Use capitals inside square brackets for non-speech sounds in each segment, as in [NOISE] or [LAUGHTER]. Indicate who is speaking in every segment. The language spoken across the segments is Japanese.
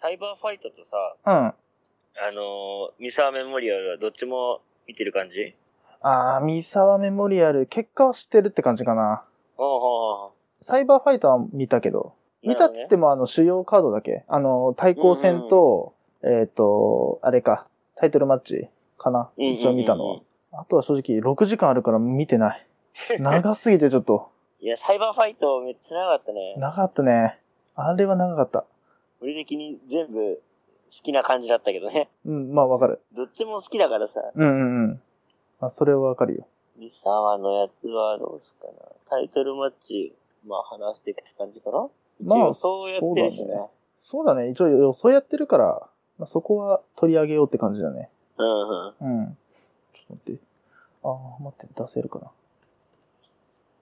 Speaker 1: サイバーファイトとさ、
Speaker 2: うん。あ
Speaker 1: あのー、ミサーメモリアルはどっちも見てる感じ
Speaker 2: ー、三沢メモリアル、結果は知ってるって感じかな。
Speaker 1: おうおうおう
Speaker 2: サイバーファイターは見たけど。見たっつっても、あの、主要カードだけ。あの、対抗戦と、えっ、と、あれか、タイトルマッチかな。
Speaker 1: うんうんうんうん
Speaker 2: 一応見たのは。あとは正直、6時間あるから見
Speaker 1: [LAUGHS]
Speaker 2: てない。長すぎてちょっと、
Speaker 1: いや、サイバーファイトめっちゃ長かったね。
Speaker 2: 長かったね。あれは長かった。
Speaker 1: 俺的に全部好きな感じだったけどね。 [LAUGHS]
Speaker 2: うん、まあわかる。
Speaker 1: どっちも好きだからさ、
Speaker 2: うんうんうん。まあ、それはわかるよ。
Speaker 1: ミサワのやつはどうすっかな。タイトルマッチ、まあ話していく感じかな
Speaker 2: ま
Speaker 1: 一応
Speaker 2: あ、
Speaker 1: そうやってるしね。
Speaker 2: そうだね。そうだね。一応予想やってるから、まあ、そこは取り上げようって感じだね。
Speaker 1: うんうん。
Speaker 2: うん。ちょっと待って。ああ、待って、出せるかな。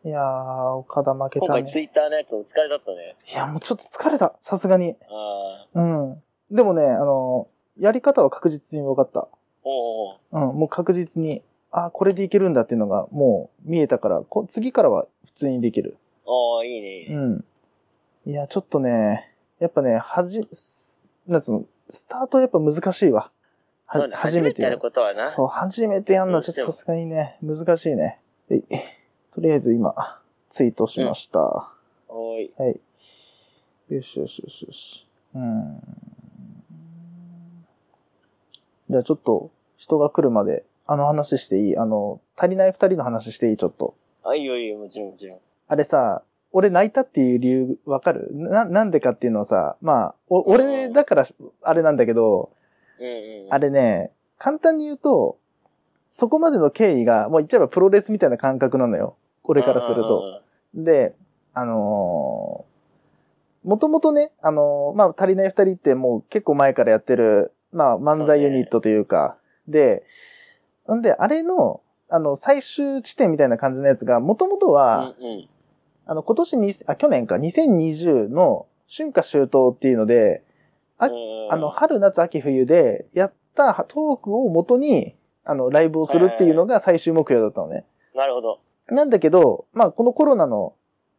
Speaker 2: いやー、岡田負け
Speaker 1: 今
Speaker 2: た
Speaker 1: 回
Speaker 2: ね。
Speaker 1: ツイッターのやつも疲れだったね。
Speaker 2: いや、もうちょっと疲れた。さすがに。
Speaker 1: ああ。
Speaker 2: うん。でもね、あの、やり方は確実に分かった。
Speaker 1: おうおう
Speaker 2: うん、もう確実に、あーこれでいけるんだっていうのがもう見えたから、こ次からは普通にできる。
Speaker 1: おうおういいねいいうね。
Speaker 2: ん。いや、ちょっとね、やっぱね、はじ、すなんつうの、スタートやっぱ難しいわ。は
Speaker 1: そうね初めてやることはな。
Speaker 2: そう、初めてやるのはちょ
Speaker 1: どうして
Speaker 2: っと
Speaker 1: も
Speaker 2: さすがにね、難しいね。えいとりあえず今、ツイートしました。
Speaker 1: おい。
Speaker 2: はい。よしよしよしよし。うーん。じゃあちょっと、人が来るまで、あの話していいあの、足りない二人の話していいちょっと。
Speaker 1: あ、いいよいいよ、もちろんもちろん。
Speaker 2: あれさ、俺泣いたっていう理由わかるな、なんでかっていうのはさ、まあ、お俺だから、あれなんだけど、
Speaker 1: うんうん。
Speaker 2: あれね、簡単に言うと、そこまでの経緯が、もう言っちゃえばプロレスみたいな感覚なのよ。俺からすると。で、あのー、もともとね、あのーまあ、足りない二人ってもう結構前からやってる、まあ、漫才ユニットというか、で、なんで、あれの、あの、最終地点みたいな感じのやつが、もともと
Speaker 1: うん
Speaker 2: は、
Speaker 1: うんうん。
Speaker 2: あの、今年に、あ、去年か、2020の春夏秋冬っていうので、あ
Speaker 1: うん
Speaker 2: あの、春、夏、秋、冬でやったトークを元に、あの、ライブをするっていうのが最終目標だったのね。
Speaker 1: なるほど。
Speaker 2: なんだけど、まあ、このコロナの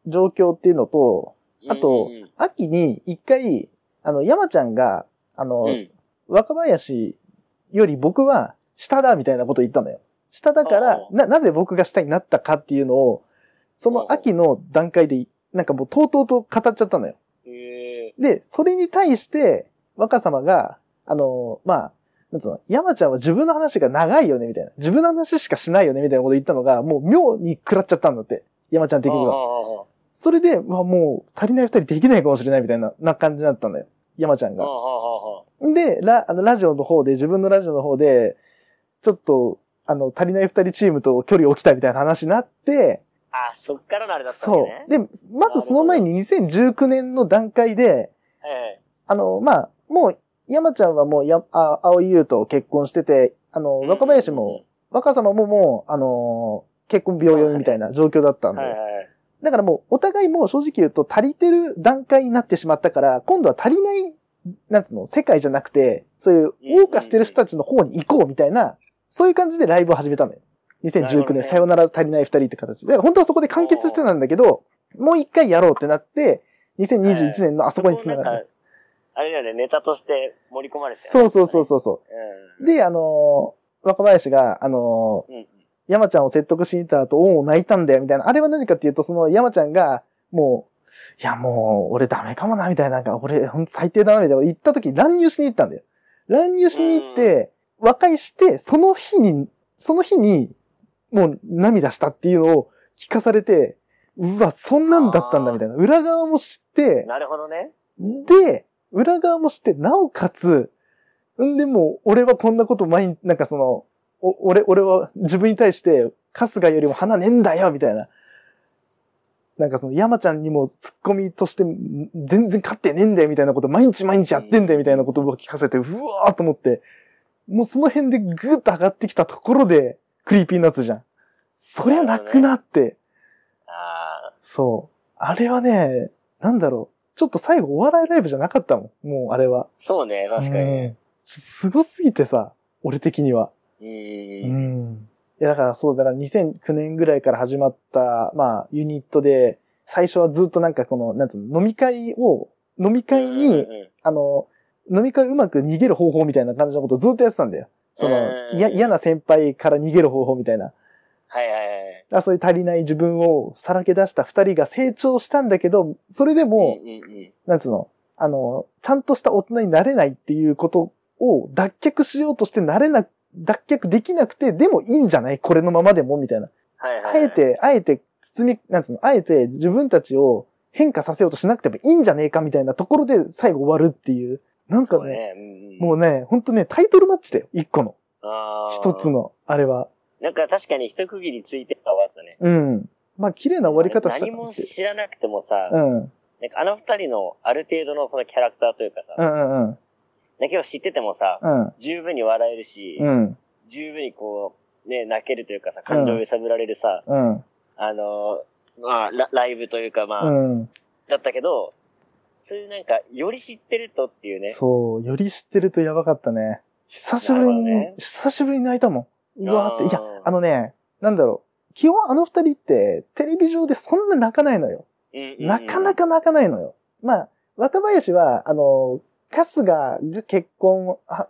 Speaker 2: 状況っていうのと、あと
Speaker 1: うんうん
Speaker 2: 秋に一回、あの、山ちゃんが、あの、
Speaker 1: うん、うん
Speaker 2: 若林より僕は下だみたいなこと言ったのよ。下だから
Speaker 1: あ、あ
Speaker 2: な、なぜ僕が下になったかっていうのを、その秋の段階で、なんかもうとうとうと語っちゃったのよ。
Speaker 1: へえ
Speaker 2: で、それに対して、若様が、あの、まあ、なんつうの、山ちゃんは自分の話が長いよね、みたいな。自分の話しかしないよね、みたいなこと言ったのが、もう妙に食らっちゃったんだって。山ちゃん的には。
Speaker 1: あ
Speaker 2: それで、まあもう、足りない二人できないかもしれないみたいな、な感じだったんだよ。山ちゃん
Speaker 1: ああああああ
Speaker 2: が。
Speaker 1: ああああ
Speaker 2: で、ラ、あの、ラジオの方で、自分のラジオの方で、ちょっと、あの、足りない二人チームと距離を置きたいみたいな話になって、
Speaker 1: あ、そっからのあれだったんだ
Speaker 2: そ
Speaker 1: ね
Speaker 2: う。。で、まずその前に2019年の段階で、
Speaker 1: え
Speaker 2: あの、まあ、もう、山ちゃんはもうや、あ、青井優と結婚してて、あの、
Speaker 1: え
Speaker 2: 若林も、、若様ももう、あのー結婚病院みたいな状況だった
Speaker 1: うんん
Speaker 2: で
Speaker 1: はい。はい。
Speaker 2: だからもう、お互いもう正直言うと足りてる段階になってしまったから、今度は足りない、なんつうの、世界じゃなくて、そういう、謳歌してる人たちの方に行こうみたいな、そういう感じでライブを始めたのよ。
Speaker 1: なるほ
Speaker 2: 2019
Speaker 1: どね
Speaker 2: 年、さよなら足りない二人って形で。だから本当はそこで完結してたんだけど、もう一回やろうってなって、2021年のあそこに繋がる。
Speaker 1: る。あれだよね、ネタとして盛り込まれて
Speaker 2: そうそうそう
Speaker 1: う。
Speaker 2: そうそう。
Speaker 1: うん。
Speaker 2: で、あのー若林が、あのー
Speaker 1: うんうん
Speaker 2: 山ちゃんを説得しに行った後、恩を泣いたんだよ、みたいな。あれは何かっていうと、その山ちゃんが、もう、いや、もう、俺ダメかもな、みたいな、なんか、俺、ほんと最低だな、みたいな、言った時に乱入しに行ったんだよ。乱入しに行って、和解して、その日に、その日に、もう涙したっていうのを聞かされて、うわ、そんなんだったんだ、みたいな。裏側も知って、
Speaker 1: なるほどね。
Speaker 2: で、裏側もして、なおかつ、んでも、俺はこんなこと前に、なんかその、お俺、俺は自分に対して、春日よりも花ねえんだよみたいな。なんかその、山ちゃんにもツッコミとして、ん全然勝ってねえんだよみたいなこと、毎日毎日やってんだよみたいなことを聞かせて、うわーと思って、もうその辺でぐーっと上がってきたところで、クリーピーナッツじゃん。そりゃなくなって、
Speaker 1: あ
Speaker 2: そう。あれはね、なんだろう。ちょっと最後お笑いライブじゃなかったもん。もうあれは。
Speaker 1: あ、そうね、確かに。
Speaker 2: うんちょすごすぎてさ、俺的には。
Speaker 1: う。
Speaker 2: うんん。いや、だからそう、だから2009年ぐらいから始まった、まあ、ユニットで、最初はずっとなんかこの、なんつうの、飲み会を、飲み会
Speaker 1: うんうん
Speaker 2: に、
Speaker 1: うん
Speaker 2: あの、飲み会うまく逃げる方法みたいな感じのことをずっとやってたんだよ。その、
Speaker 1: えー
Speaker 2: いや嫌な先輩から逃げる方法みたいな。
Speaker 1: はいはいはい。
Speaker 2: あそういう足りない自分をさらけ出した二人が成長したんだけど、それでも、
Speaker 1: うんうんうん。
Speaker 2: なんつうの、あの、ちゃんとした大人になれないっていうことを脱却しようとしてなれな、脱却できなくて、でもいいんじゃないこれのままでもみたいな。
Speaker 1: はいはい、はい。
Speaker 2: あえ。て、あえて包み、なんつうの、あえて自分たちを変化させようとしなくてもいいんじゃねえかみたいなところで最後終わるっていう。なんか
Speaker 1: そうね。
Speaker 2: ね、
Speaker 1: うんうん、
Speaker 2: もうね、ほんとね、タイトルマッチだよ。一個の。
Speaker 1: あー
Speaker 2: 一つ。の、あれは。
Speaker 1: なんか確かに一区切りついて終わったね。
Speaker 2: うん。まあ、綺麗な終わり方した
Speaker 1: 何
Speaker 2: な
Speaker 1: も
Speaker 2: って。
Speaker 1: 知らなくてもさ、
Speaker 2: うん。うん
Speaker 1: なんかあの二人のある程度のそのキャラクターというかさ、
Speaker 2: うんうん。
Speaker 1: だけを知っててもさ、
Speaker 2: うん。
Speaker 1: 十分に笑えるし、
Speaker 2: うん。
Speaker 1: 十分にこう、ね、泣けるというかさ、感情を揺さぶられるさ、
Speaker 2: うん。
Speaker 1: あのーまあラ、ライブというかまあ、
Speaker 2: うん。
Speaker 1: だったけど、そういうなんか、より知ってるとっていうね。
Speaker 2: そう、より知ってるとやばかったね。久しぶりに、
Speaker 1: なるほどね
Speaker 2: 久しぶりに泣いたもん。うわーって。いや、あ
Speaker 1: の、
Speaker 2: のね、なんだろう。基本あの二人って、テレビ上でそんな泣かないのよ。
Speaker 1: うんうんうん
Speaker 2: なかな。か泣かないのよ。まあ、若林は、あの、春日が結婚あ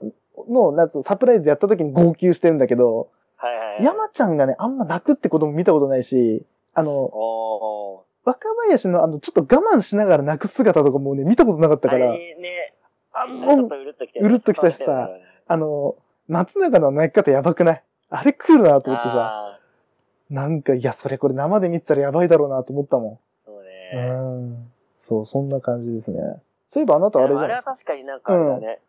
Speaker 2: の、なんつうサプライズやった時に号泣してるんだけど、
Speaker 1: はいはいはい。
Speaker 2: 山ちゃんがね、あんま泣くってことも見たことないし、あの、
Speaker 1: おー。
Speaker 2: 若林のあの、ちょっと我慢しながら泣く姿とかもね、見たことなかった
Speaker 1: だ
Speaker 2: か
Speaker 1: からら。、ね、
Speaker 2: あ、
Speaker 1: ちょ
Speaker 2: も
Speaker 1: っ
Speaker 2: う、
Speaker 1: とうるっときて
Speaker 2: うるっときたしさあの、松永の泣き方やばくないあれ来るなと思ってさ、
Speaker 1: あー
Speaker 2: なんか、いや、それこれ生で見てたらやばいだろうなと思ったも
Speaker 1: そうね。
Speaker 2: ん。うん。そう、そんな感じですね。そういえばあなたあれじゃ
Speaker 1: あれ
Speaker 2: ないで
Speaker 1: は
Speaker 2: す
Speaker 1: 確
Speaker 2: か。
Speaker 1: かになんかあれだね。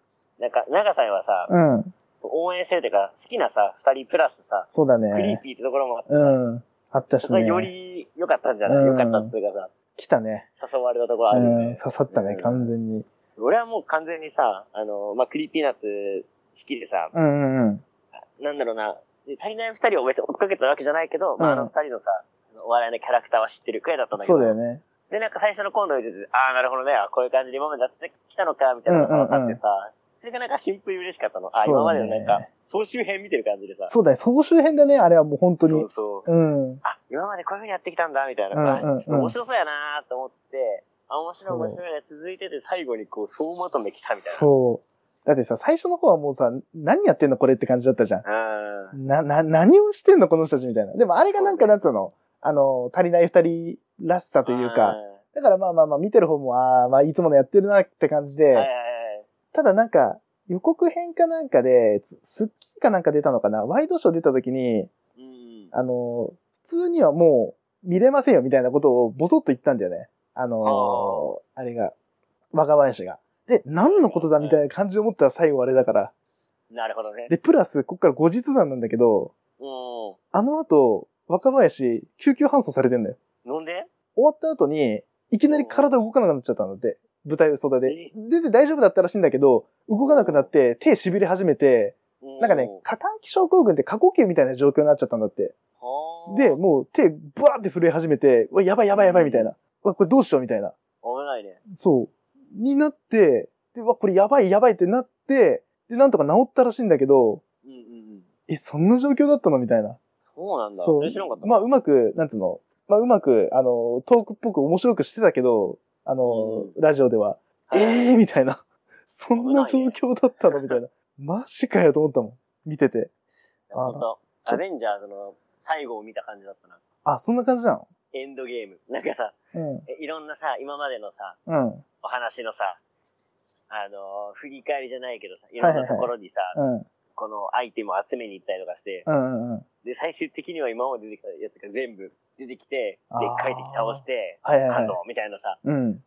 Speaker 1: なんか、長さんはさ、
Speaker 2: うん。
Speaker 1: 応援してるというか、好きなさ、二人プラスさ、
Speaker 2: そうだ
Speaker 1: クリー
Speaker 2: ね。
Speaker 1: ピーってところもあってさ、
Speaker 2: うん。あったし
Speaker 1: そこが
Speaker 2: ね。
Speaker 1: より良かったんじゃない
Speaker 2: うん
Speaker 1: 良かったっていうか
Speaker 2: 来たね。
Speaker 1: さ、誘われたところあ
Speaker 2: う
Speaker 1: るよ
Speaker 2: ん。
Speaker 1: ね。
Speaker 2: 刺さったね、
Speaker 1: うん
Speaker 2: 完全に。
Speaker 1: 俺はもう完全にさ、あの、まあ、クリーピーナッツ好きでさ、
Speaker 2: うんうんうん。
Speaker 1: なんだろうな、足りない二人を別に追っかけたわけじゃないけど、まあ、
Speaker 2: う
Speaker 1: あ
Speaker 2: ん
Speaker 1: の二人のさ、お笑いのキャラクターは知ってるくらいだったんだけ
Speaker 2: そ
Speaker 1: ど。
Speaker 2: うだよね。
Speaker 1: で、なんか最初のコント見てて、ああ、なるほどね、あこういう感じで今までやってきたのか、みたいなのが分かってさ、それがなんかシンプルに嬉しかったの。あ
Speaker 2: そう
Speaker 1: 今ま
Speaker 2: だね
Speaker 1: でのなんか、総集編見てる感じでさ、
Speaker 2: そうだね。総集編だね、あれはもう本当に
Speaker 1: そう。そう
Speaker 2: うん。
Speaker 1: あ、今までこういう風にやってきたんだ、みたいな。
Speaker 2: うん
Speaker 1: あちょ
Speaker 2: うんうん
Speaker 1: っと面白そうやなーと思って、あ、面白い面白いね、続いてて最後にこう、総まとめ来たみたいな。う。
Speaker 2: そう。だってさ、最初の方はもうさ、何やってんのこれって感じだったじゃん。
Speaker 1: うん。
Speaker 2: な、な、何をしてんのこの人たちみたいな。でもあれがなんか、
Speaker 1: そうね
Speaker 2: なんつうの、あの、足りない二人らしさというか、だからまあまあまあ見てる方も、ああ、まあいつものやってるなって感じ
Speaker 1: うん。はいはい
Speaker 2: で、
Speaker 1: はい。
Speaker 2: ただなんか、予告編かなんかで、つスッキリかなんか出たのかなワイドショー出た時に、
Speaker 1: うん。
Speaker 2: あの、普通にはもう見れませんよみたいなことをボソッと言ったんだよね。あのーあれが、若林が。で、何のことだみたいな感じを持ったら最後あれだから。
Speaker 1: なるほどね。
Speaker 2: で、プラス、こっから後日談なんだけど、
Speaker 1: うん。
Speaker 2: あの後、若林、救急搬送されてんだよ。
Speaker 1: 飲んで
Speaker 2: 終わった後に、いきなり体動かなくなっちゃったんだって。舞台袖で。全然大丈夫だったらしいんだけど、動かなくなって、手痺れ始めて、なんかね、過換気症候群って過呼吸みたいな状況になっちゃったんだって。
Speaker 1: はー
Speaker 2: で、もう手、バーって震え始めて、うわ、やばいやばいやばいみたいな。うわ、これどうしようみたいな。
Speaker 1: 危ないね。
Speaker 2: そう。になって、で、うわ、これやばいやばいってなって、で、なんとか治ったらしいんだけど、
Speaker 1: うんうんうん。
Speaker 2: え、そんな状況だったのみたいな。
Speaker 1: そうなんだ。
Speaker 2: そ。
Speaker 1: そうれ知らなかった。
Speaker 2: まあ、うまく、なんつうの。まあ、うまく、あの、トークっぽく面白くしてたけど、あの、ラジオでは、
Speaker 1: はい
Speaker 2: ええー、みたいな。そんな
Speaker 1: 危
Speaker 2: 状
Speaker 1: ないね
Speaker 2: 況だったのみた
Speaker 1: [LAUGHS]
Speaker 2: いな。マジかよと思ったもん。見てて。
Speaker 1: ほんとアベンジャーズの最後を見た感じだったな。
Speaker 2: あ、そんな感じなの
Speaker 1: エンドゲーム。 [LAUGHS] なんかさ、
Speaker 2: うん。
Speaker 1: えいろんなさ、今までのさ、
Speaker 2: うん。
Speaker 1: お話のさ、あのー振り返りじゃないけどさ、いろんなところにさ、
Speaker 2: うん。
Speaker 1: このアイテムを集めに行ったりとかして、
Speaker 2: うん。うん。うん
Speaker 1: で、最終的には今まで出てきたやつが全部出てきて、
Speaker 2: あー
Speaker 1: でっかい敵倒して、
Speaker 2: はいはいは
Speaker 1: 感
Speaker 2: い。
Speaker 1: 動みたいなさ、
Speaker 2: うん。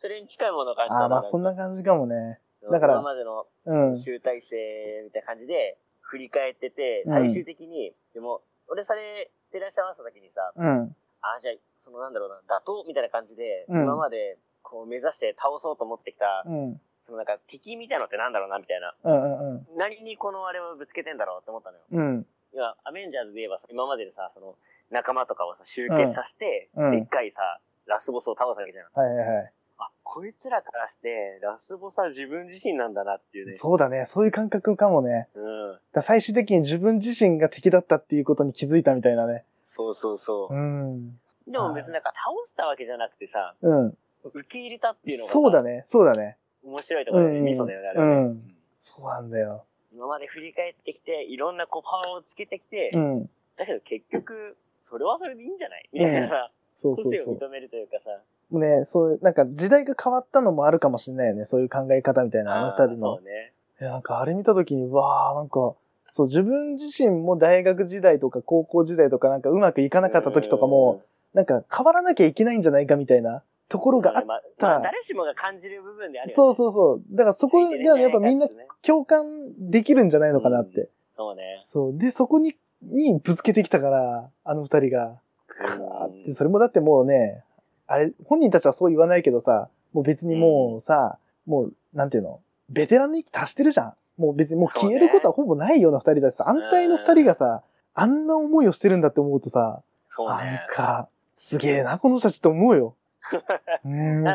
Speaker 1: それに近いものがあった
Speaker 2: ああ、ま
Speaker 1: な
Speaker 2: あ、
Speaker 1: んか
Speaker 2: そんな感じかもね。
Speaker 1: その
Speaker 2: だから
Speaker 1: 今までの
Speaker 2: うん。
Speaker 1: 集大成みたいな感じで振り返ってて、
Speaker 2: うん
Speaker 1: 最終的に、でも、俺それ照らし合わせた時にさ、
Speaker 2: うん。
Speaker 1: あ、じゃあ、そのなんだろうな、打倒みたいな感じで、
Speaker 2: うん
Speaker 1: 今までこう目指して倒そうと思ってきた、
Speaker 2: うん。
Speaker 1: そのなんか敵みたいなのってなんだろうな、みたいな。
Speaker 2: うん。うん。
Speaker 1: 何にこのあれをぶつけてんだろうって思ったのよ。
Speaker 2: うん。
Speaker 1: 今、アベンジャーズで言えばさ、今まででさ、その仲間とかをさ、集結させて、
Speaker 2: うんうん
Speaker 1: でっかいさ、ラスボスを倒すわけじゃん。
Speaker 2: はいはいはい。
Speaker 1: あ、こいつらからして、ラスボスは自分自身なんだなっていうね。
Speaker 2: そうだね。そういう感覚かもね。
Speaker 1: うん。
Speaker 2: だから最終的に自分自身が敵だったっていうことに気づいたみたいなね。
Speaker 1: そうそうそう。
Speaker 2: うん。
Speaker 1: でも別になんか倒したわけじゃなくてさ、
Speaker 2: うん。
Speaker 1: 受け入れたっていうのがさ
Speaker 2: そうだね。そうだね。
Speaker 1: 面白いところで、
Speaker 2: うん
Speaker 1: ミソだよね、あれ
Speaker 2: う
Speaker 1: はね。
Speaker 2: ん。そうなんだよ。
Speaker 1: 今まで振り返ってきて、いろんなこうパワーをつけてきて、
Speaker 2: うん。
Speaker 1: だけど結局、それはそれでいいんじゃないみたいな、
Speaker 2: そう
Speaker 1: 個
Speaker 2: そう
Speaker 1: 性を
Speaker 2: そ
Speaker 1: 認めるというかさ。
Speaker 2: う。ね、そういう、なんか時代が変わったのもあるかもしれないよね。そういう考え方みたいな、あの
Speaker 1: あー
Speaker 2: 二人の。
Speaker 1: そうね。
Speaker 2: いや、なんかあれ見たときに、うわあ、なんか、そう、自分自身も大学時代とか高校時代とかなんかうまくいかなかった時とかも、なんか変わらなきゃいけないんじゃないかみたいなとこ
Speaker 1: う
Speaker 2: ろ
Speaker 1: ん、
Speaker 2: があっ
Speaker 1: まあ
Speaker 2: た
Speaker 1: まあ誰しもが感じる部分であるよね。
Speaker 2: そうそうそう。だからそこ
Speaker 1: ついてる
Speaker 2: が
Speaker 1: じゃ
Speaker 2: やっぱみんな
Speaker 1: かてね
Speaker 2: 共感できるんじゃないのかなって。
Speaker 1: そうね。
Speaker 2: そう。で、そこに、にぶつけてきたから、あの二人が。あ
Speaker 1: うん
Speaker 2: でそれもだってもうね、あれ、本人たちはそう言わないけどさ、もう別にもうさ、もう、なんていうの、ベテランの域達してるじゃん。もう別にもう消えることはほぼないような二人だしさ、安泰の二人がさ、あんな思いをしてるんだって思うとさ、
Speaker 1: そう
Speaker 2: な
Speaker 1: ね
Speaker 2: ん。か、すげえな、この人たちって思
Speaker 1: [LAUGHS]
Speaker 2: うよ。
Speaker 1: 確
Speaker 2: うーんと
Speaker 1: かにね。うん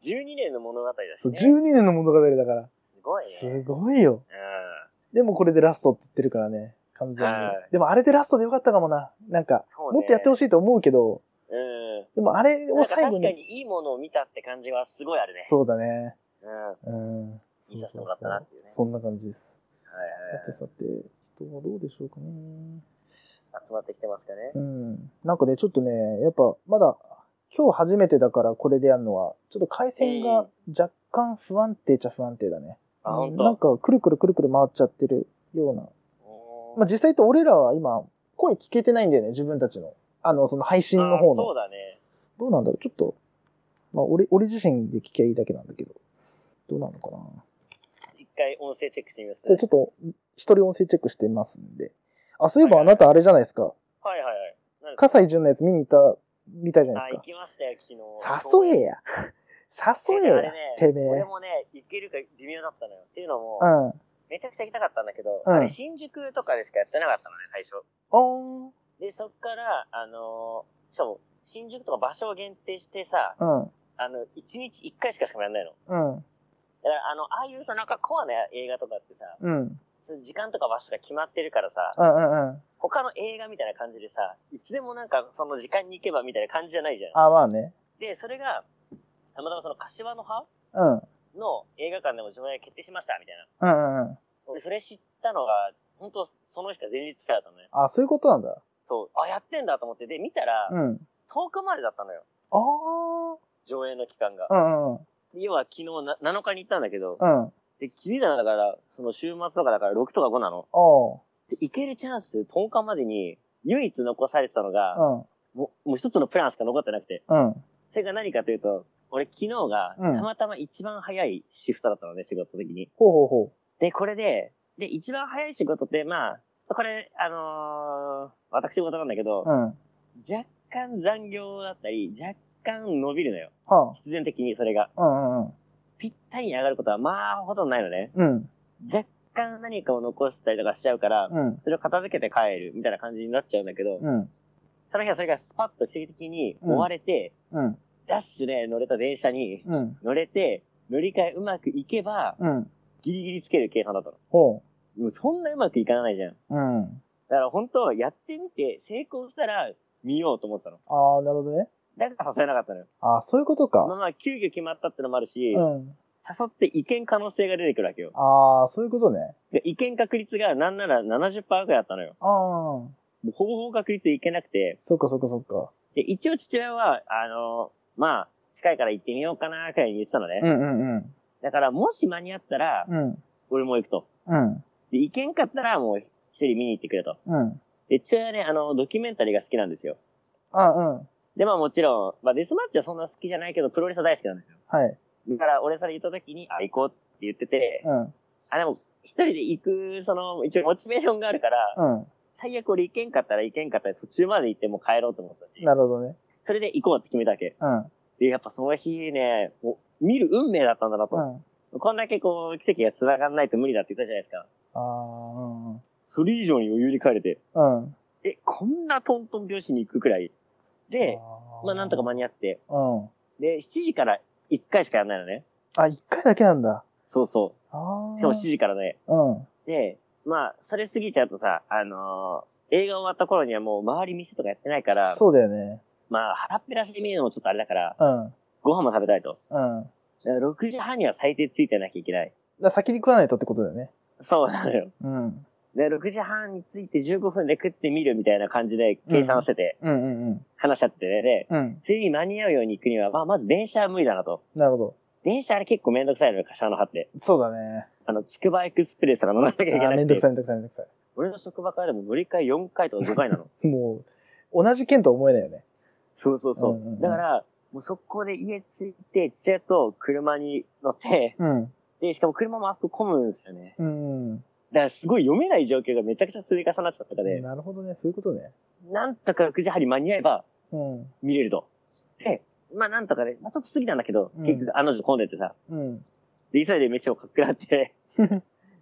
Speaker 1: 12年の物語だし
Speaker 2: そう、
Speaker 1: ね。
Speaker 2: 12年の物語だから。
Speaker 1: すごいね。
Speaker 2: すごいよ。
Speaker 1: うん
Speaker 2: でもこれでラストって言ってるからね、完全に
Speaker 1: はい。
Speaker 2: でもあれでラストでよかったかもな。なんか、
Speaker 1: そうね
Speaker 2: もっとやってほしいと思うけど、
Speaker 1: うん。
Speaker 2: でもあれ
Speaker 1: な
Speaker 2: を
Speaker 1: んか
Speaker 2: 最後
Speaker 1: 確か
Speaker 2: に。
Speaker 1: にいいものを見たって感じはすごいあるね。
Speaker 2: そうだね。
Speaker 1: うん。は
Speaker 2: うん。
Speaker 1: いいラストだったなっていうね
Speaker 2: そんな感じです。
Speaker 1: いはい
Speaker 2: さてさて、人はどうでしょうかね。
Speaker 1: 集まってきてますかね。
Speaker 2: うん。なんかね、ちょっとね、やっぱまだ、今日初めてだからこれでやるのは、ちょっと回線が若干不安定っちゃ不安定だね。
Speaker 1: あ、ほん
Speaker 2: なん
Speaker 1: と。
Speaker 2: かくるくるくるくる回っちゃってるような
Speaker 1: おー
Speaker 2: まあ、実際と俺らは今、声聞けてないんだよね、自分たちの。あの、その配信の
Speaker 1: あ
Speaker 2: 方
Speaker 1: そう
Speaker 2: の。
Speaker 1: だね。
Speaker 2: どうなんだろう、ちょっと。まあ、俺、俺自身で聞きゃいいだけなんだけど。どうなのかな。
Speaker 1: 一回音声チェックしてみます
Speaker 2: そ
Speaker 1: ね
Speaker 2: れちょっと、一人音声チェックしてますんで。あ、そういえば
Speaker 1: は
Speaker 2: あ
Speaker 1: いはい
Speaker 2: なたあれじゃないですか。
Speaker 1: はいはいはい。何ですか
Speaker 2: 葛西潤のやつ見に行った、みたいじゃな
Speaker 1: あ、
Speaker 2: いで
Speaker 1: 行きましたよ、
Speaker 2: す
Speaker 1: 昨
Speaker 2: か。
Speaker 1: 日。
Speaker 2: 誘
Speaker 1: [LAUGHS]
Speaker 2: えや。誘え
Speaker 1: あれ
Speaker 2: や
Speaker 1: ね。、
Speaker 2: てめえ。
Speaker 1: 俺もね、行けるか微妙だったのよ。っていうのも
Speaker 2: う、ん。あ
Speaker 1: めちゃくちゃ行きたかったんだけど、
Speaker 2: うん
Speaker 1: あれ新宿とかでしかやってなかったのね、最初。
Speaker 2: ー。
Speaker 1: で、そっから、あのーしかも、新宿とか場所を限定してさ、
Speaker 2: うん。
Speaker 1: あの、1日1回しかしかもやんないの。
Speaker 2: うん。
Speaker 1: だから、あの、ああいうさ、なんかコアな映画とかってさ、
Speaker 2: うん。
Speaker 1: その時間とか場所が決まってるからさ、
Speaker 2: うんうんうん。
Speaker 1: 他の映画みたいな感じでさ、いつでもなんかその時間に行けばみたいな感じじゃないじゃん。
Speaker 2: あ、まあね。
Speaker 1: で、それが、たまたまその柏の葉
Speaker 2: うん。うん
Speaker 1: の映画館でも上映決定しました、みたいな。
Speaker 2: うんうん。
Speaker 1: で、それ知ったのが、本当その日か前日かだったのね。
Speaker 2: あ、そういうことなんだ。
Speaker 1: そう、あ、やってんだと思って、で、見たら
Speaker 2: う、ん。
Speaker 1: 10日までだったのよ。
Speaker 2: あー。
Speaker 1: 上映の期間が
Speaker 2: う。んうん
Speaker 1: で要は昨日な7日に行ったんだけど
Speaker 2: う、ん。うん。
Speaker 1: で、気になだから、その週末とかだから6とか5なの。
Speaker 2: おう。
Speaker 1: で、行けるチャンス10日までに、唯一残されてたのが、
Speaker 2: うん。
Speaker 1: もうもう一つのプランしか残ってなくて。
Speaker 2: うん。
Speaker 1: それが何かというと、俺昨日が、た
Speaker 2: うん
Speaker 1: またま一番早いシフトだったのね、仕事的に。
Speaker 2: ほうほうほ
Speaker 1: で、これで、で、一番早い仕事って、まあ、これ、あのー私事なんだけど
Speaker 2: う。う、ん。は
Speaker 1: 若干残業だったり、若干伸びるのよ。
Speaker 2: あ。
Speaker 1: 必然的にそれが。
Speaker 2: うんうん
Speaker 1: ぴったりに上がることは、まあ、ほとんどないのね。
Speaker 2: うん。
Speaker 1: 若干何かを残したりとかしちゃうから、
Speaker 2: うん。
Speaker 1: それを片付けて帰るみたいな感じになっちゃうんだけど、
Speaker 2: うん。
Speaker 1: その日はそれがスパッと奇跡的に
Speaker 2: うん
Speaker 1: 追われて、
Speaker 2: うん。
Speaker 1: ダッシュで乗れた電車に
Speaker 2: うん。
Speaker 1: 乗れて、乗り換えうまくいけば、
Speaker 2: うん。
Speaker 1: ギリギリつける計算だったの。
Speaker 2: ほ
Speaker 1: でもそんなうまくいかないじゃん。
Speaker 2: う。うん。
Speaker 1: だから本当、やってみて、成功したら見ようと思ったの。
Speaker 2: ああ、なるほどね。
Speaker 1: だから誘えなかったのよ。
Speaker 2: ああ、そういうこと
Speaker 1: まあ
Speaker 2: か。
Speaker 1: まあ、急遽決まったってのもあるし、
Speaker 2: うん。
Speaker 1: 誘っていけん可能性が出てくるわけよ。
Speaker 2: ああ、そういうことね。
Speaker 1: でいけん確率がなんなら70%ぐらいだったのよ。
Speaker 2: ああ。
Speaker 1: もうほぼほぼ確率でいけなくて、
Speaker 2: そっかそっかそっか。
Speaker 1: で、一応父親は、あのまあ、近いから行ってみようかな、くらいに言ってたのね。
Speaker 2: うんうんうん。
Speaker 1: だから、もし間に合ったら、
Speaker 2: うん。
Speaker 1: 俺も行くと。
Speaker 2: うん。
Speaker 1: で、行けんかったら、もう一人見に行ってくれと。
Speaker 2: うん。
Speaker 1: で、父親はね、あの、ドキュメンタリーが好きなんですよ。
Speaker 2: あうん。
Speaker 1: で、まあもちろん、まあデスマッチはそんな好きじゃないけど、プロレスは大好きなんですよ。
Speaker 2: はい。
Speaker 1: だから、俺それ言った時に、あ、行こうって言ってて、
Speaker 2: うん。
Speaker 1: あ、でも、一人で行く、その、一応モチベーションがあるから、
Speaker 2: うん。
Speaker 1: 最悪俺行けんかったら行けんかったら途中まで行ってもう帰ろうと思ったし、
Speaker 2: なるほどね。
Speaker 1: それで行こうって決めたわけ。
Speaker 2: うん。
Speaker 1: で、やっぱその日ね、もう見る運命だったんだなと。
Speaker 2: うん。
Speaker 1: こんだけこう、奇跡が繋がんないと無理だって言ったじゃないですか。
Speaker 2: ああ。
Speaker 1: それ以上に余裕に帰れて、
Speaker 2: うん。うん。
Speaker 1: え、こんなトントン拍子に行くくらい。で、まあなんとか間に合って。
Speaker 2: うん。
Speaker 1: で、7時から1回しかやんないのね。
Speaker 2: あ、一回だけなんだ。
Speaker 1: そうそ
Speaker 2: ああ。
Speaker 1: う。しかも7時からね。
Speaker 2: うん。
Speaker 1: で、まあ、それ過ぎちゃうとさ、あのー映画終わった頃にはもう周り店とかやってないから、
Speaker 2: そうだよね。
Speaker 1: まあ、腹っぺらしに見るのもちょっとあれだから、
Speaker 2: うん。
Speaker 1: ご飯も食べたいと。
Speaker 2: うん。
Speaker 1: だから6時半には最低ついてなきゃいけない。
Speaker 2: ら先に食わないとってことだよね。
Speaker 1: そうなのよ。
Speaker 2: うん。うん
Speaker 1: で、6時半に着いて15分で食ってみるみたいな感じで計算をしてて、
Speaker 2: うんうん。
Speaker 1: 話し合っててね。で、
Speaker 2: うん。
Speaker 1: 次に間に合うように行くには、まあ、まず電車は無理だなと。
Speaker 2: なるほど。
Speaker 1: 電車あれ結構めんどくさいのよ、柏の葉って。
Speaker 2: そうだね。
Speaker 1: あの、つくばエクスプレスが乗らなきゃいけ
Speaker 2: あーめ
Speaker 1: なん
Speaker 2: ど
Speaker 1: く
Speaker 2: く
Speaker 1: て。
Speaker 2: さいめんどくさいめんどくさい。
Speaker 1: 俺の職場からでも乗り換え4回とか5回なの。
Speaker 2: もう、同じ県とは思えないよね。
Speaker 1: [LAUGHS] そうそうそう。
Speaker 2: うんうんうん
Speaker 1: だから、もう速攻で家着いて、父親と車に乗って、
Speaker 2: うん。
Speaker 1: で、しかも車もあそこ混むんですよね。
Speaker 2: うん。
Speaker 1: だからすごい読めない状況がめちゃくちゃ積み重なっちゃった中で、
Speaker 2: なるほどね。そういうことね。
Speaker 1: なんとか9時半に間に合えば
Speaker 2: うん。
Speaker 1: 見れると。で、まあなんとかね、まあちょっと過ぎたんだけど、
Speaker 2: うん
Speaker 1: 結局あの女混んでてさ、
Speaker 2: うん。
Speaker 1: で、急いで飯をかっくら [LAUGHS] って、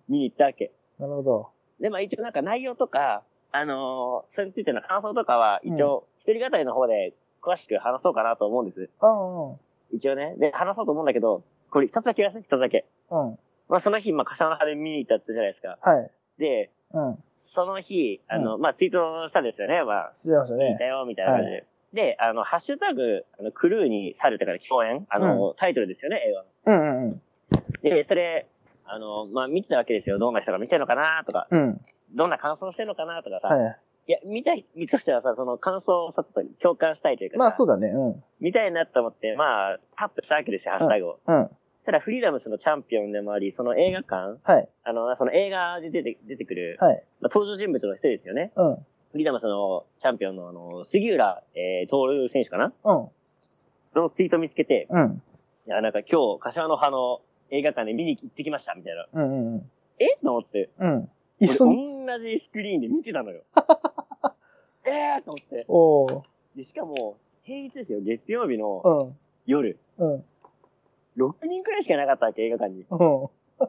Speaker 1: 見に行ったわけ。
Speaker 2: なるほど。
Speaker 1: で、まあ一応なんか内容とか、あのーそれについての感想とかは、一応、一人語りの方で詳しく話そうかなと思うんです。
Speaker 2: ああ
Speaker 1: 一応ね。で、話そうと思うんだけど、これ一つだけ言わせて、一つだけ。、
Speaker 2: うん。うん。
Speaker 1: まあその日、まあ、柏の葉で見に行ったってじゃないですか。
Speaker 2: はい。
Speaker 1: で、
Speaker 2: うん。
Speaker 1: その日、あの、まあツイートしたんですよね。まあ、
Speaker 2: 失礼しました
Speaker 1: だ
Speaker 2: ね。
Speaker 1: よ、みたいな感じで。で、あの、ハッシュタグ、あの、クルーに去るとから共演、あの、タイトルですよね、映画の。
Speaker 2: うんうん
Speaker 1: で、それ、あの、まあ、見てたわけですよ。どんな人が見てるのかなとか、
Speaker 2: うん。うん。
Speaker 1: どんな感想してるのかなとかさ、い、
Speaker 2: は
Speaker 1: や、見たい、見としてはさ、その感想をさ、ちょっと共感したいという
Speaker 2: い。
Speaker 1: か
Speaker 2: まあそう
Speaker 1: う。
Speaker 2: だね。うん。
Speaker 1: 見たいなと思って、まあ、タップしたわけですよ、ハッシュタグを。
Speaker 2: うん。
Speaker 1: そしたら、フリーダムスのチャンピオンでもあり、その映画館、
Speaker 2: はい。
Speaker 1: あの、その映画で出て、出てくる、
Speaker 2: はい。
Speaker 1: まあ、登場人物の一人ですよね。
Speaker 2: うん。
Speaker 1: フリーダムスのチャンピオンの、あの、杉浦、えー、徹選手かな
Speaker 2: うん。
Speaker 1: そのツイート見つけて、
Speaker 2: うん。
Speaker 1: いや、なんか今日、柏の葉の映画館で見に行ってきました、みたいな。
Speaker 2: うん。うん。
Speaker 1: えと思って。
Speaker 2: うん。
Speaker 1: 俺
Speaker 2: 一緒に。
Speaker 1: 同じスクリーンで見てたのよ。 [LAUGHS] えーと思って。
Speaker 2: おお。
Speaker 1: で、しかも、平日ですよ、月曜日の
Speaker 2: うん。
Speaker 1: 夜。
Speaker 2: うん。
Speaker 1: 6人くらいしかいなかったわけ、映画館に。
Speaker 2: うん。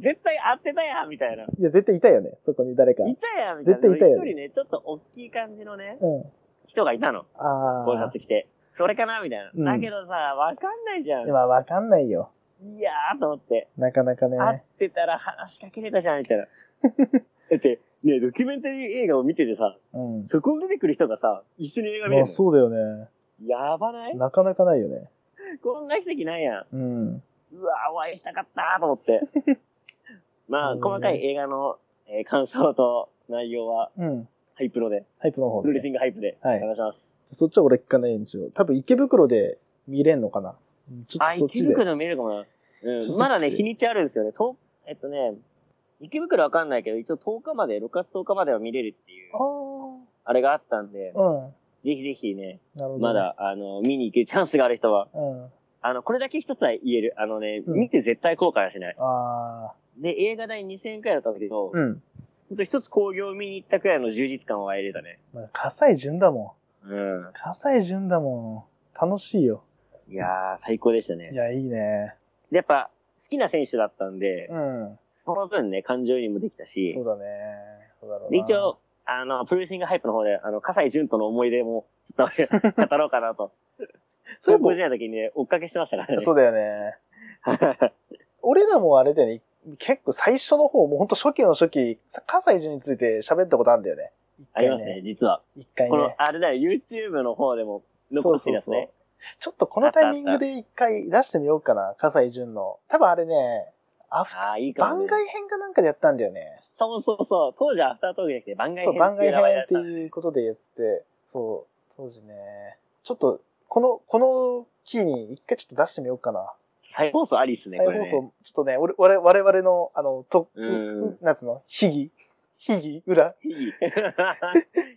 Speaker 1: 絶対会ってたやんみたいな。い
Speaker 2: いや、絶対いたよね。そこに誰か。
Speaker 1: たやんみたいな。
Speaker 2: 絶対いたよ
Speaker 1: 一人ね、ちょっと大きい感じのね、
Speaker 2: うん。
Speaker 1: 人がいたの。
Speaker 2: あ
Speaker 1: こうなっ
Speaker 2: あ。
Speaker 1: てきて。それかなみたいな。
Speaker 2: うん
Speaker 1: だけどさ、わかんないじゃん。
Speaker 2: まあ、わかんないよ。
Speaker 1: いやーと思って。
Speaker 2: なかな
Speaker 1: 会
Speaker 2: か
Speaker 1: っ
Speaker 2: ね。
Speaker 1: てたら話しかけれたじゃん、みたい
Speaker 2: [LAUGHS]
Speaker 1: な。だって、ね、ドキュメンタリー映画を見ててさ、
Speaker 2: うん。
Speaker 1: そこに出てくる人がさ、一緒に映画見
Speaker 2: ま
Speaker 1: るの。
Speaker 2: あ、そうだよね。
Speaker 1: やばない
Speaker 2: なかなかないよね。
Speaker 1: こんな奇跡ないやん。
Speaker 2: うん。
Speaker 1: うわ、お会いしたかったと思
Speaker 2: [LAUGHS]
Speaker 1: って。まあ、
Speaker 2: うん
Speaker 1: 細かい映画の、えー感想と内容は、
Speaker 2: うん。
Speaker 1: ハイプロで、
Speaker 2: ハイプの方
Speaker 1: プロレス
Speaker 2: で。
Speaker 1: リングハイプで、お
Speaker 2: はい
Speaker 1: 願いします。
Speaker 2: そっちは俺聞かないようにしよう。多分池袋で見れんのかな。うんちょっ
Speaker 1: あ、
Speaker 2: とそっ
Speaker 1: 池
Speaker 2: ちで。
Speaker 1: 袋見れるかもな。
Speaker 2: ちょっとそっ
Speaker 1: う
Speaker 2: ち
Speaker 1: ん。
Speaker 2: で
Speaker 1: まだね、日にちあるんですよね。とえっとね、池袋わかんないけど、一応10日まで、6月10日までは見れるっていう
Speaker 2: あ、あ
Speaker 1: あれがあったんで、
Speaker 2: ー。うん。
Speaker 1: ぜひぜひね、
Speaker 2: なるほど。
Speaker 1: ま。だ、あの、見に行けるチャンスがある人は、
Speaker 2: うん。あ
Speaker 1: あの、これだけ一つは言える。あのね、
Speaker 2: うん
Speaker 1: 見て絶対後悔はしない。
Speaker 2: あ
Speaker 1: で、映画代2000円くらいだったんだけど、
Speaker 2: ー。うん。
Speaker 1: ほんと一つ興行見に行ったくらいの充実感は得れたね。
Speaker 2: まあ、葛西潤だも
Speaker 1: うん
Speaker 2: ん。。葛西潤だもん。楽しいよ。
Speaker 1: いやー、最高でしたね
Speaker 2: い。や、いいね。
Speaker 1: で、やっぱ、好きな選手だったんで、
Speaker 2: うん。
Speaker 1: その分ね、感情にもできたし
Speaker 2: そう、だね。そうだろう
Speaker 1: で、
Speaker 2: な。
Speaker 1: 一応、あの、プロレスリングハイプの方で、あの、笠井淳との思い出も、ちょっと語ろうかなと。
Speaker 2: [LAUGHS] そ
Speaker 1: 高
Speaker 2: ういえば
Speaker 1: 校時代の時にね、追っかけしてましたからね。
Speaker 2: そうだよね。俺らもあれだよね、結構最初の方、もうほんと初期の初期、さ葛西潤について喋ったことあるんだよね。
Speaker 1: [LAUGHS] ありますね、実は。
Speaker 2: 一回
Speaker 1: この
Speaker 2: ね、。
Speaker 1: あれだよ、YouTube の方でも残ってるやつね。
Speaker 2: ちょっとこのタイミングで一回出してみようかな、葛西潤の。多分あれね、アフ
Speaker 1: ああ、いいかも、
Speaker 2: 番
Speaker 1: ね。
Speaker 2: 外編かなんかでやったんだよね。
Speaker 1: そうそうそう。当時はアフタートークじゃなくて番外
Speaker 2: そ
Speaker 1: 編
Speaker 2: う、
Speaker 1: っ
Speaker 2: 番
Speaker 1: ていう
Speaker 2: 外
Speaker 1: 名前だっ
Speaker 2: 編って
Speaker 1: た。
Speaker 2: いうことでやって、そう、当時ね、ちょっと、この、このキーに一回ちょっと出してみようかな。
Speaker 1: 再放送ありっすね、
Speaker 2: 再
Speaker 1: こ
Speaker 2: 放
Speaker 1: れね。
Speaker 2: 送、ちょっとね、俺、我々我々の、あの、と、
Speaker 1: うん
Speaker 2: うなんつうの、秘技秘技裏 [LAUGHS]
Speaker 1: いい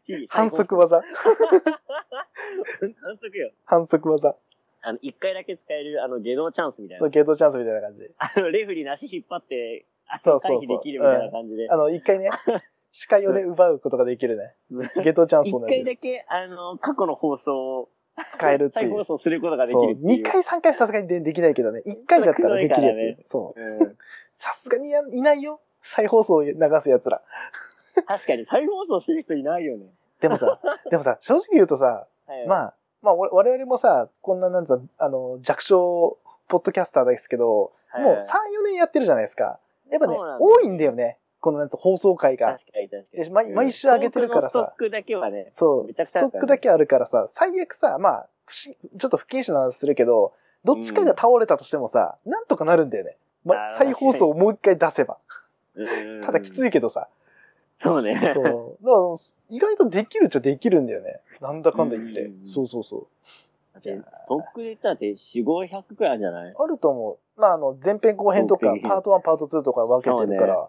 Speaker 1: いい
Speaker 2: 反則。技
Speaker 1: 反則よ。
Speaker 2: 反則技。
Speaker 1: あの、一回だけ使える、あの、下道チャンスみたい
Speaker 2: そう、
Speaker 1: な。
Speaker 2: ゲートチャンスみたいな感じ。
Speaker 1: あの、レフェリーの足引っ張って、あ
Speaker 2: そうそ
Speaker 1: 回
Speaker 2: う
Speaker 1: 避
Speaker 2: そう
Speaker 1: できるみたいな感じで
Speaker 2: あ。の、一
Speaker 1: [LAUGHS]
Speaker 2: 回ね、視界をね、奪うことができるね。ゲートチャンス
Speaker 1: 一
Speaker 2: を
Speaker 1: 回
Speaker 2: ね、
Speaker 1: だけ、あの、過去の放送を
Speaker 2: 使えるってい
Speaker 1: 再放
Speaker 2: う。
Speaker 1: 送することができ
Speaker 2: そう、
Speaker 1: るっていう。
Speaker 2: 2回、3回はさすがにでできないけどね、1回だったら
Speaker 1: それ
Speaker 2: できるや
Speaker 1: くらいからね
Speaker 2: つ。そう。
Speaker 1: うん
Speaker 2: さすがにやいないよ。再放送を流すやつら。
Speaker 1: 確かに再放送してる人いないよね。
Speaker 2: でもさ、 [LAUGHS] でもさ、正直言うとさ、
Speaker 1: はい、
Speaker 2: まあ、まあ、我我々もさ、こんな、なんつうのあの、弱小ポッドキャスターですけど、
Speaker 1: はい、
Speaker 2: もう3、4年やってるじゃないですか。やっぱね、
Speaker 1: そうなんだよ
Speaker 2: 多いんだよね。このなんつう放送回が。
Speaker 1: 確かに確か
Speaker 2: で
Speaker 1: に。
Speaker 2: 毎毎週上げてるからさ
Speaker 1: トークのストックだけはね、
Speaker 2: そう。
Speaker 1: め
Speaker 2: ス
Speaker 1: ちゃくち
Speaker 2: ト
Speaker 1: ゃある
Speaker 2: ッ
Speaker 1: からね
Speaker 2: クだけあるからさ、最悪さ、まあ、不思ちょっと不謹慎な話するけど、どっちかが倒れたとしてもさ、なんとかなるんだよね。ま
Speaker 1: あー、
Speaker 2: 再放送をもう一回出せば。
Speaker 1: うん
Speaker 2: ただきついけどさ。
Speaker 1: そうね。
Speaker 2: そう。だから意外とできるっちゃできるんだよね。なんだかんだ言って。
Speaker 1: うん
Speaker 2: そうそうそう。
Speaker 1: だってストックで言ったらって、4、500くらいあるんじゃない
Speaker 2: あると思う。まあ、あの、前編後編とか
Speaker 1: 後、編
Speaker 2: パート1、パート2とか分けてるから、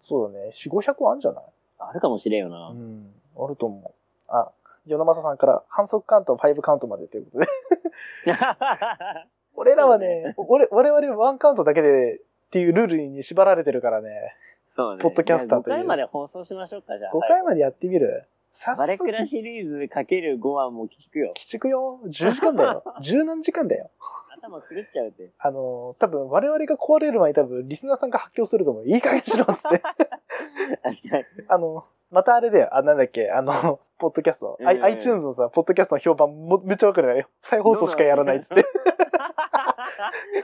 Speaker 2: そうだね、4、500はあるんじゃない
Speaker 1: あるかもしれんよな。
Speaker 2: [LAUGHS] うん、あると思う。あ、与那正さんから、反則カウント、5カウントまでということで。俺らはね、俺、我々ワンカウントだけでっていうルールに縛られてるからね、
Speaker 1: そうね。
Speaker 2: ポッドキャスターという
Speaker 1: 5回まで放送しましょうか、じゃあ。
Speaker 2: 5回までやってみるさ
Speaker 1: バレ
Speaker 2: す
Speaker 1: ク
Speaker 2: が
Speaker 1: ラシリーズかける5はもう聞くよ。
Speaker 2: 鬼畜よ。10時間だ [LAUGHS] よ。10何時間だよ。
Speaker 1: 頭狂っちゃうって。
Speaker 2: あの、多分我々が壊れる前に多分リスナーさんが発狂すると思う。いい加減しろっつ [LAUGHS] っ
Speaker 1: 確
Speaker 2: て。
Speaker 1: かに。
Speaker 2: あの、またあれだよ。あ、なんだっけ、あの、ポッドキャスト。
Speaker 1: うん
Speaker 2: I- iTunes のさ、ポッドキャストの評判もめっちゃわかるよ。再放送しかやらないっ [LAUGHS] つって。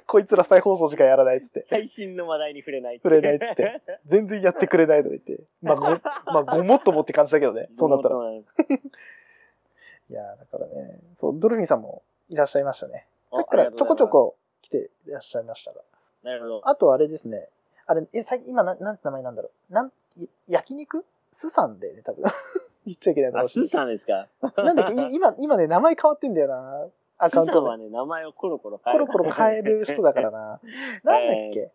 Speaker 2: こいつら再放送しかやらないっつって。
Speaker 1: 最新の話題に触れない
Speaker 2: 触れないっつって。
Speaker 1: [LAUGHS]
Speaker 2: 全然やってくれないとか言って。まあ、ご、まあ、 [LAUGHS] ごもっともって感じだけどね。そうなったら。いやーだからね、そう、ドルフィンさんもいらっしゃいましたね。
Speaker 1: お
Speaker 2: さっきから
Speaker 1: ありが
Speaker 2: ち
Speaker 1: と
Speaker 2: ょ
Speaker 1: うご
Speaker 2: こ
Speaker 1: ざいます
Speaker 2: ちょこ来ていらっしゃいましたが。
Speaker 1: なるほど。
Speaker 2: あとあれですね。あれ、え、最今な、なんて名前なんだろう。なん、い焼肉スさんでね、多分。 [LAUGHS] 言っちゃいけない
Speaker 1: あ、スーさんですか
Speaker 2: なんだっけ、い今、今ね、名前変わってんだよな。ア
Speaker 1: ス
Speaker 2: カウン
Speaker 1: ーさ
Speaker 2: ト
Speaker 1: ん
Speaker 2: で
Speaker 1: はね、名前をコロコロ変
Speaker 2: コ
Speaker 1: え
Speaker 2: ロ
Speaker 1: る。
Speaker 2: コロ変える人だからな。なんだっけ、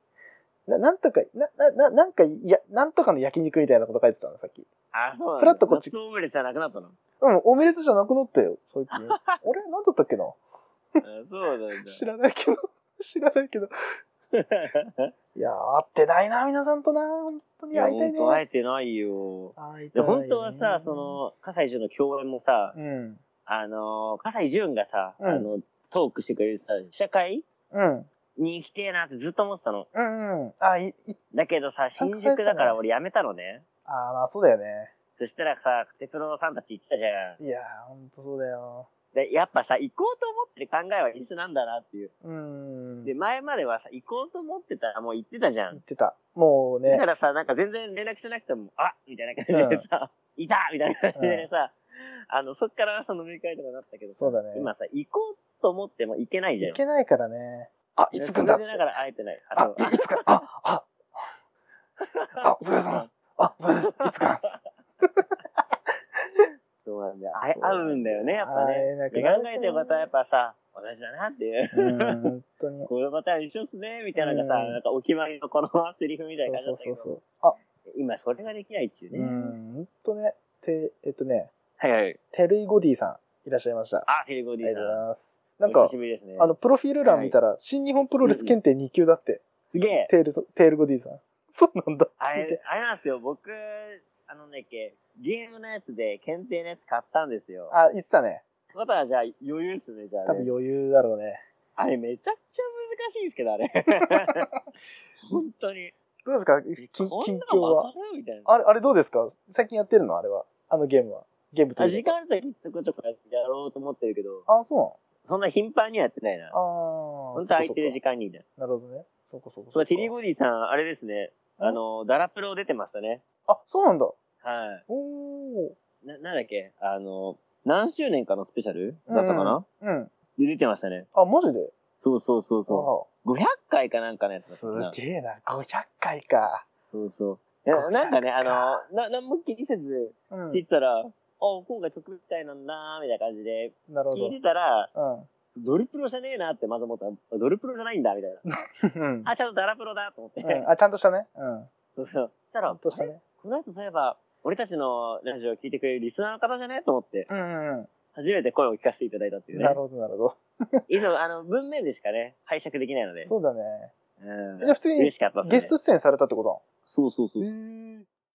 Speaker 2: ななんとか、な、な、ななんか、いや、なんとかの焼肉みたいなこと書いてたの、さっき。
Speaker 1: [LAUGHS] あ、そうなんだ
Speaker 2: フラッとこっち
Speaker 1: 夏のオムレツはなくなったの。
Speaker 2: うん、オムレツじゃなくなったよ、
Speaker 1: [LAUGHS]
Speaker 2: 最近。あれなんだったっけな
Speaker 1: あそうなんだ。
Speaker 2: [LAUGHS] 知らないけど。知らない
Speaker 1: [LAUGHS]
Speaker 2: けど。いやー、会ってないな、皆さんとな。本当
Speaker 1: い
Speaker 2: に
Speaker 1: や、
Speaker 2: 会いたい
Speaker 1: 本
Speaker 2: ね。
Speaker 1: 当会えてないよ。
Speaker 2: 会いた
Speaker 1: で
Speaker 2: いね
Speaker 1: 本当はさ、そ、の、葛西潤の共演もさ、
Speaker 2: うん。
Speaker 1: あの、葛西潤がさ、
Speaker 2: うん
Speaker 1: あの、トークしてくれるさ、試写会
Speaker 2: うん。
Speaker 1: に行きてえなってずっと思ってたの。
Speaker 2: うんうん。あ、い、い、
Speaker 1: だけどさ、
Speaker 2: 参
Speaker 1: 新
Speaker 2: 加されてた
Speaker 1: 宿
Speaker 2: ね
Speaker 1: だから俺やめたのね。
Speaker 2: あーまあそうだよね。
Speaker 1: そしたらさ、テプロさんたち行ってたじゃん。
Speaker 2: いやー、本当そうだよ。
Speaker 1: で、やっぱさ、行こうと思ってる考えは一緒なんだなっていう。
Speaker 2: うん。
Speaker 1: で、前まではさ、行こうと思ってたらもう行ってたじゃ
Speaker 2: 言っ
Speaker 1: ん。
Speaker 2: てた。もう
Speaker 1: だ
Speaker 2: ね
Speaker 1: か。らさ、なんか全然連絡してなくても、あみたいな感じでさ、いたみたいな感じでさ、あの、そっからその飲み会とかなったけどさ
Speaker 2: そうだね
Speaker 1: 今さ、行こうと思っても行けないじゃん。
Speaker 2: いけないからね。あ、いつ来んだっ
Speaker 1: そ
Speaker 2: つ
Speaker 1: れでだ
Speaker 2: って
Speaker 1: から会えてない。あ
Speaker 2: あ
Speaker 1: の、
Speaker 2: いいつ来ん、あ、あ、あ、お疲れ様です。あ、そうです。いつ来んす。
Speaker 1: そうなんだよ。あ [LAUGHS] 会うんだよね、やっぱね。
Speaker 2: はい。なん
Speaker 1: で考えてることはやっぱさ、同じだなっていう。
Speaker 2: うん、本当に。
Speaker 1: このパターン一緒っすね、みたいなのがさ、
Speaker 2: うん
Speaker 1: なんかお決まりのこのセリフみたいな感じだ
Speaker 2: そう
Speaker 1: ったけ
Speaker 2: そう
Speaker 1: ど、
Speaker 2: そうそう。あ、
Speaker 1: 今それができないっていう
Speaker 2: う
Speaker 1: ね。
Speaker 2: ん、本当ね。て、えっとね、
Speaker 1: はいはい。
Speaker 2: テルイゴディさんいらっしゃいました。あ
Speaker 1: あ、テレゴデ
Speaker 2: り
Speaker 1: ィ
Speaker 2: が
Speaker 1: ー
Speaker 2: と
Speaker 1: さ
Speaker 2: うんござい。ます。なんか
Speaker 1: 久し、ぶりですね。
Speaker 2: あの、、プロフィール欄見たら、新日本プロレス検定2級だって、
Speaker 1: すげえ。
Speaker 2: テール、テールゴディさん。そうなんだ。
Speaker 1: あ
Speaker 2: すげえ
Speaker 1: れ、あれなんですよ、僕、あのねっけ、ゲームのやつで検定のやつ買ったんですよ。
Speaker 2: あ、言ってたね。
Speaker 1: ってことはじゃあ余裕っすね、じゃ
Speaker 2: 多
Speaker 1: あ、
Speaker 2: 分
Speaker 1: ね。
Speaker 2: 余裕だろうね。
Speaker 1: あれめちゃくちゃ難しいんですけど、あれ。
Speaker 2: [LAUGHS]
Speaker 1: 本当に。
Speaker 2: どうですか
Speaker 1: え
Speaker 2: き
Speaker 1: こん
Speaker 2: 近
Speaker 1: な
Speaker 2: 況
Speaker 1: の
Speaker 2: は
Speaker 1: わ。かるみたいな。
Speaker 2: あれ、あれどうですか最近やってるのあれは。あのゲームは。ゲームと
Speaker 1: あ
Speaker 2: いう
Speaker 1: 時
Speaker 2: か
Speaker 1: 間ある時ちょこちょこやろうと思ってるけど、
Speaker 2: あ、そうなの
Speaker 1: そんな頻繁にはやってないな。
Speaker 2: ああ。
Speaker 1: 本当空いてる時
Speaker 2: 間。
Speaker 1: 間にね。
Speaker 2: なるほどね。そうかそうか
Speaker 1: そうう、
Speaker 2: か
Speaker 1: ティリー・ゴディさん、あれですね。
Speaker 2: ん
Speaker 1: あの、ダラプロ出てましたね。
Speaker 2: あ、そうなんだ。
Speaker 1: は
Speaker 2: おー。
Speaker 1: い。な、なんだっけあの、何周年かのスペシャルだったかな、
Speaker 2: うん。
Speaker 1: で出てましたね。
Speaker 2: あ、マジで
Speaker 1: そうそうそうそ。
Speaker 2: そう
Speaker 1: 500回かなんかのやつだった
Speaker 2: ら
Speaker 1: な。
Speaker 2: すげえな。500回か。
Speaker 1: そうそう。いや
Speaker 2: 500
Speaker 1: なんかね、あ
Speaker 2: か
Speaker 1: の、な、何も気にせず、
Speaker 2: うん
Speaker 1: 聞い。てたら、あ、今回特別会なんだ、みたいな感じで、
Speaker 2: なるほ
Speaker 1: 聞いてたら、
Speaker 2: ど。
Speaker 1: ドルプロじゃねえなってまず思った。あドルプロじゃないんだ、みたいな。
Speaker 2: うん。うん
Speaker 1: あ、ちゃんとダラプロだ、と思って。
Speaker 2: うん。あ、ちゃんとしたね。うん。
Speaker 1: そうそう。そした
Speaker 2: ちゃ
Speaker 1: ら、
Speaker 2: んとした
Speaker 1: あれ
Speaker 2: ね。
Speaker 1: この後そういえば、俺たちのラジオを聞いてくれるリスナーの方じゃねと思って、
Speaker 2: うんうんうん。
Speaker 1: 初めて声を聞かせていただいたっていうね
Speaker 2: なる。ほど、なるほど。
Speaker 1: 以上、あの、文面でしかね、拝借できないので。
Speaker 2: そうだね。
Speaker 1: うん
Speaker 2: じゃあ普通に
Speaker 1: 嬉しかったですね
Speaker 2: ゲスト出演されたってこと
Speaker 1: そうそうそう。
Speaker 2: なのへえ。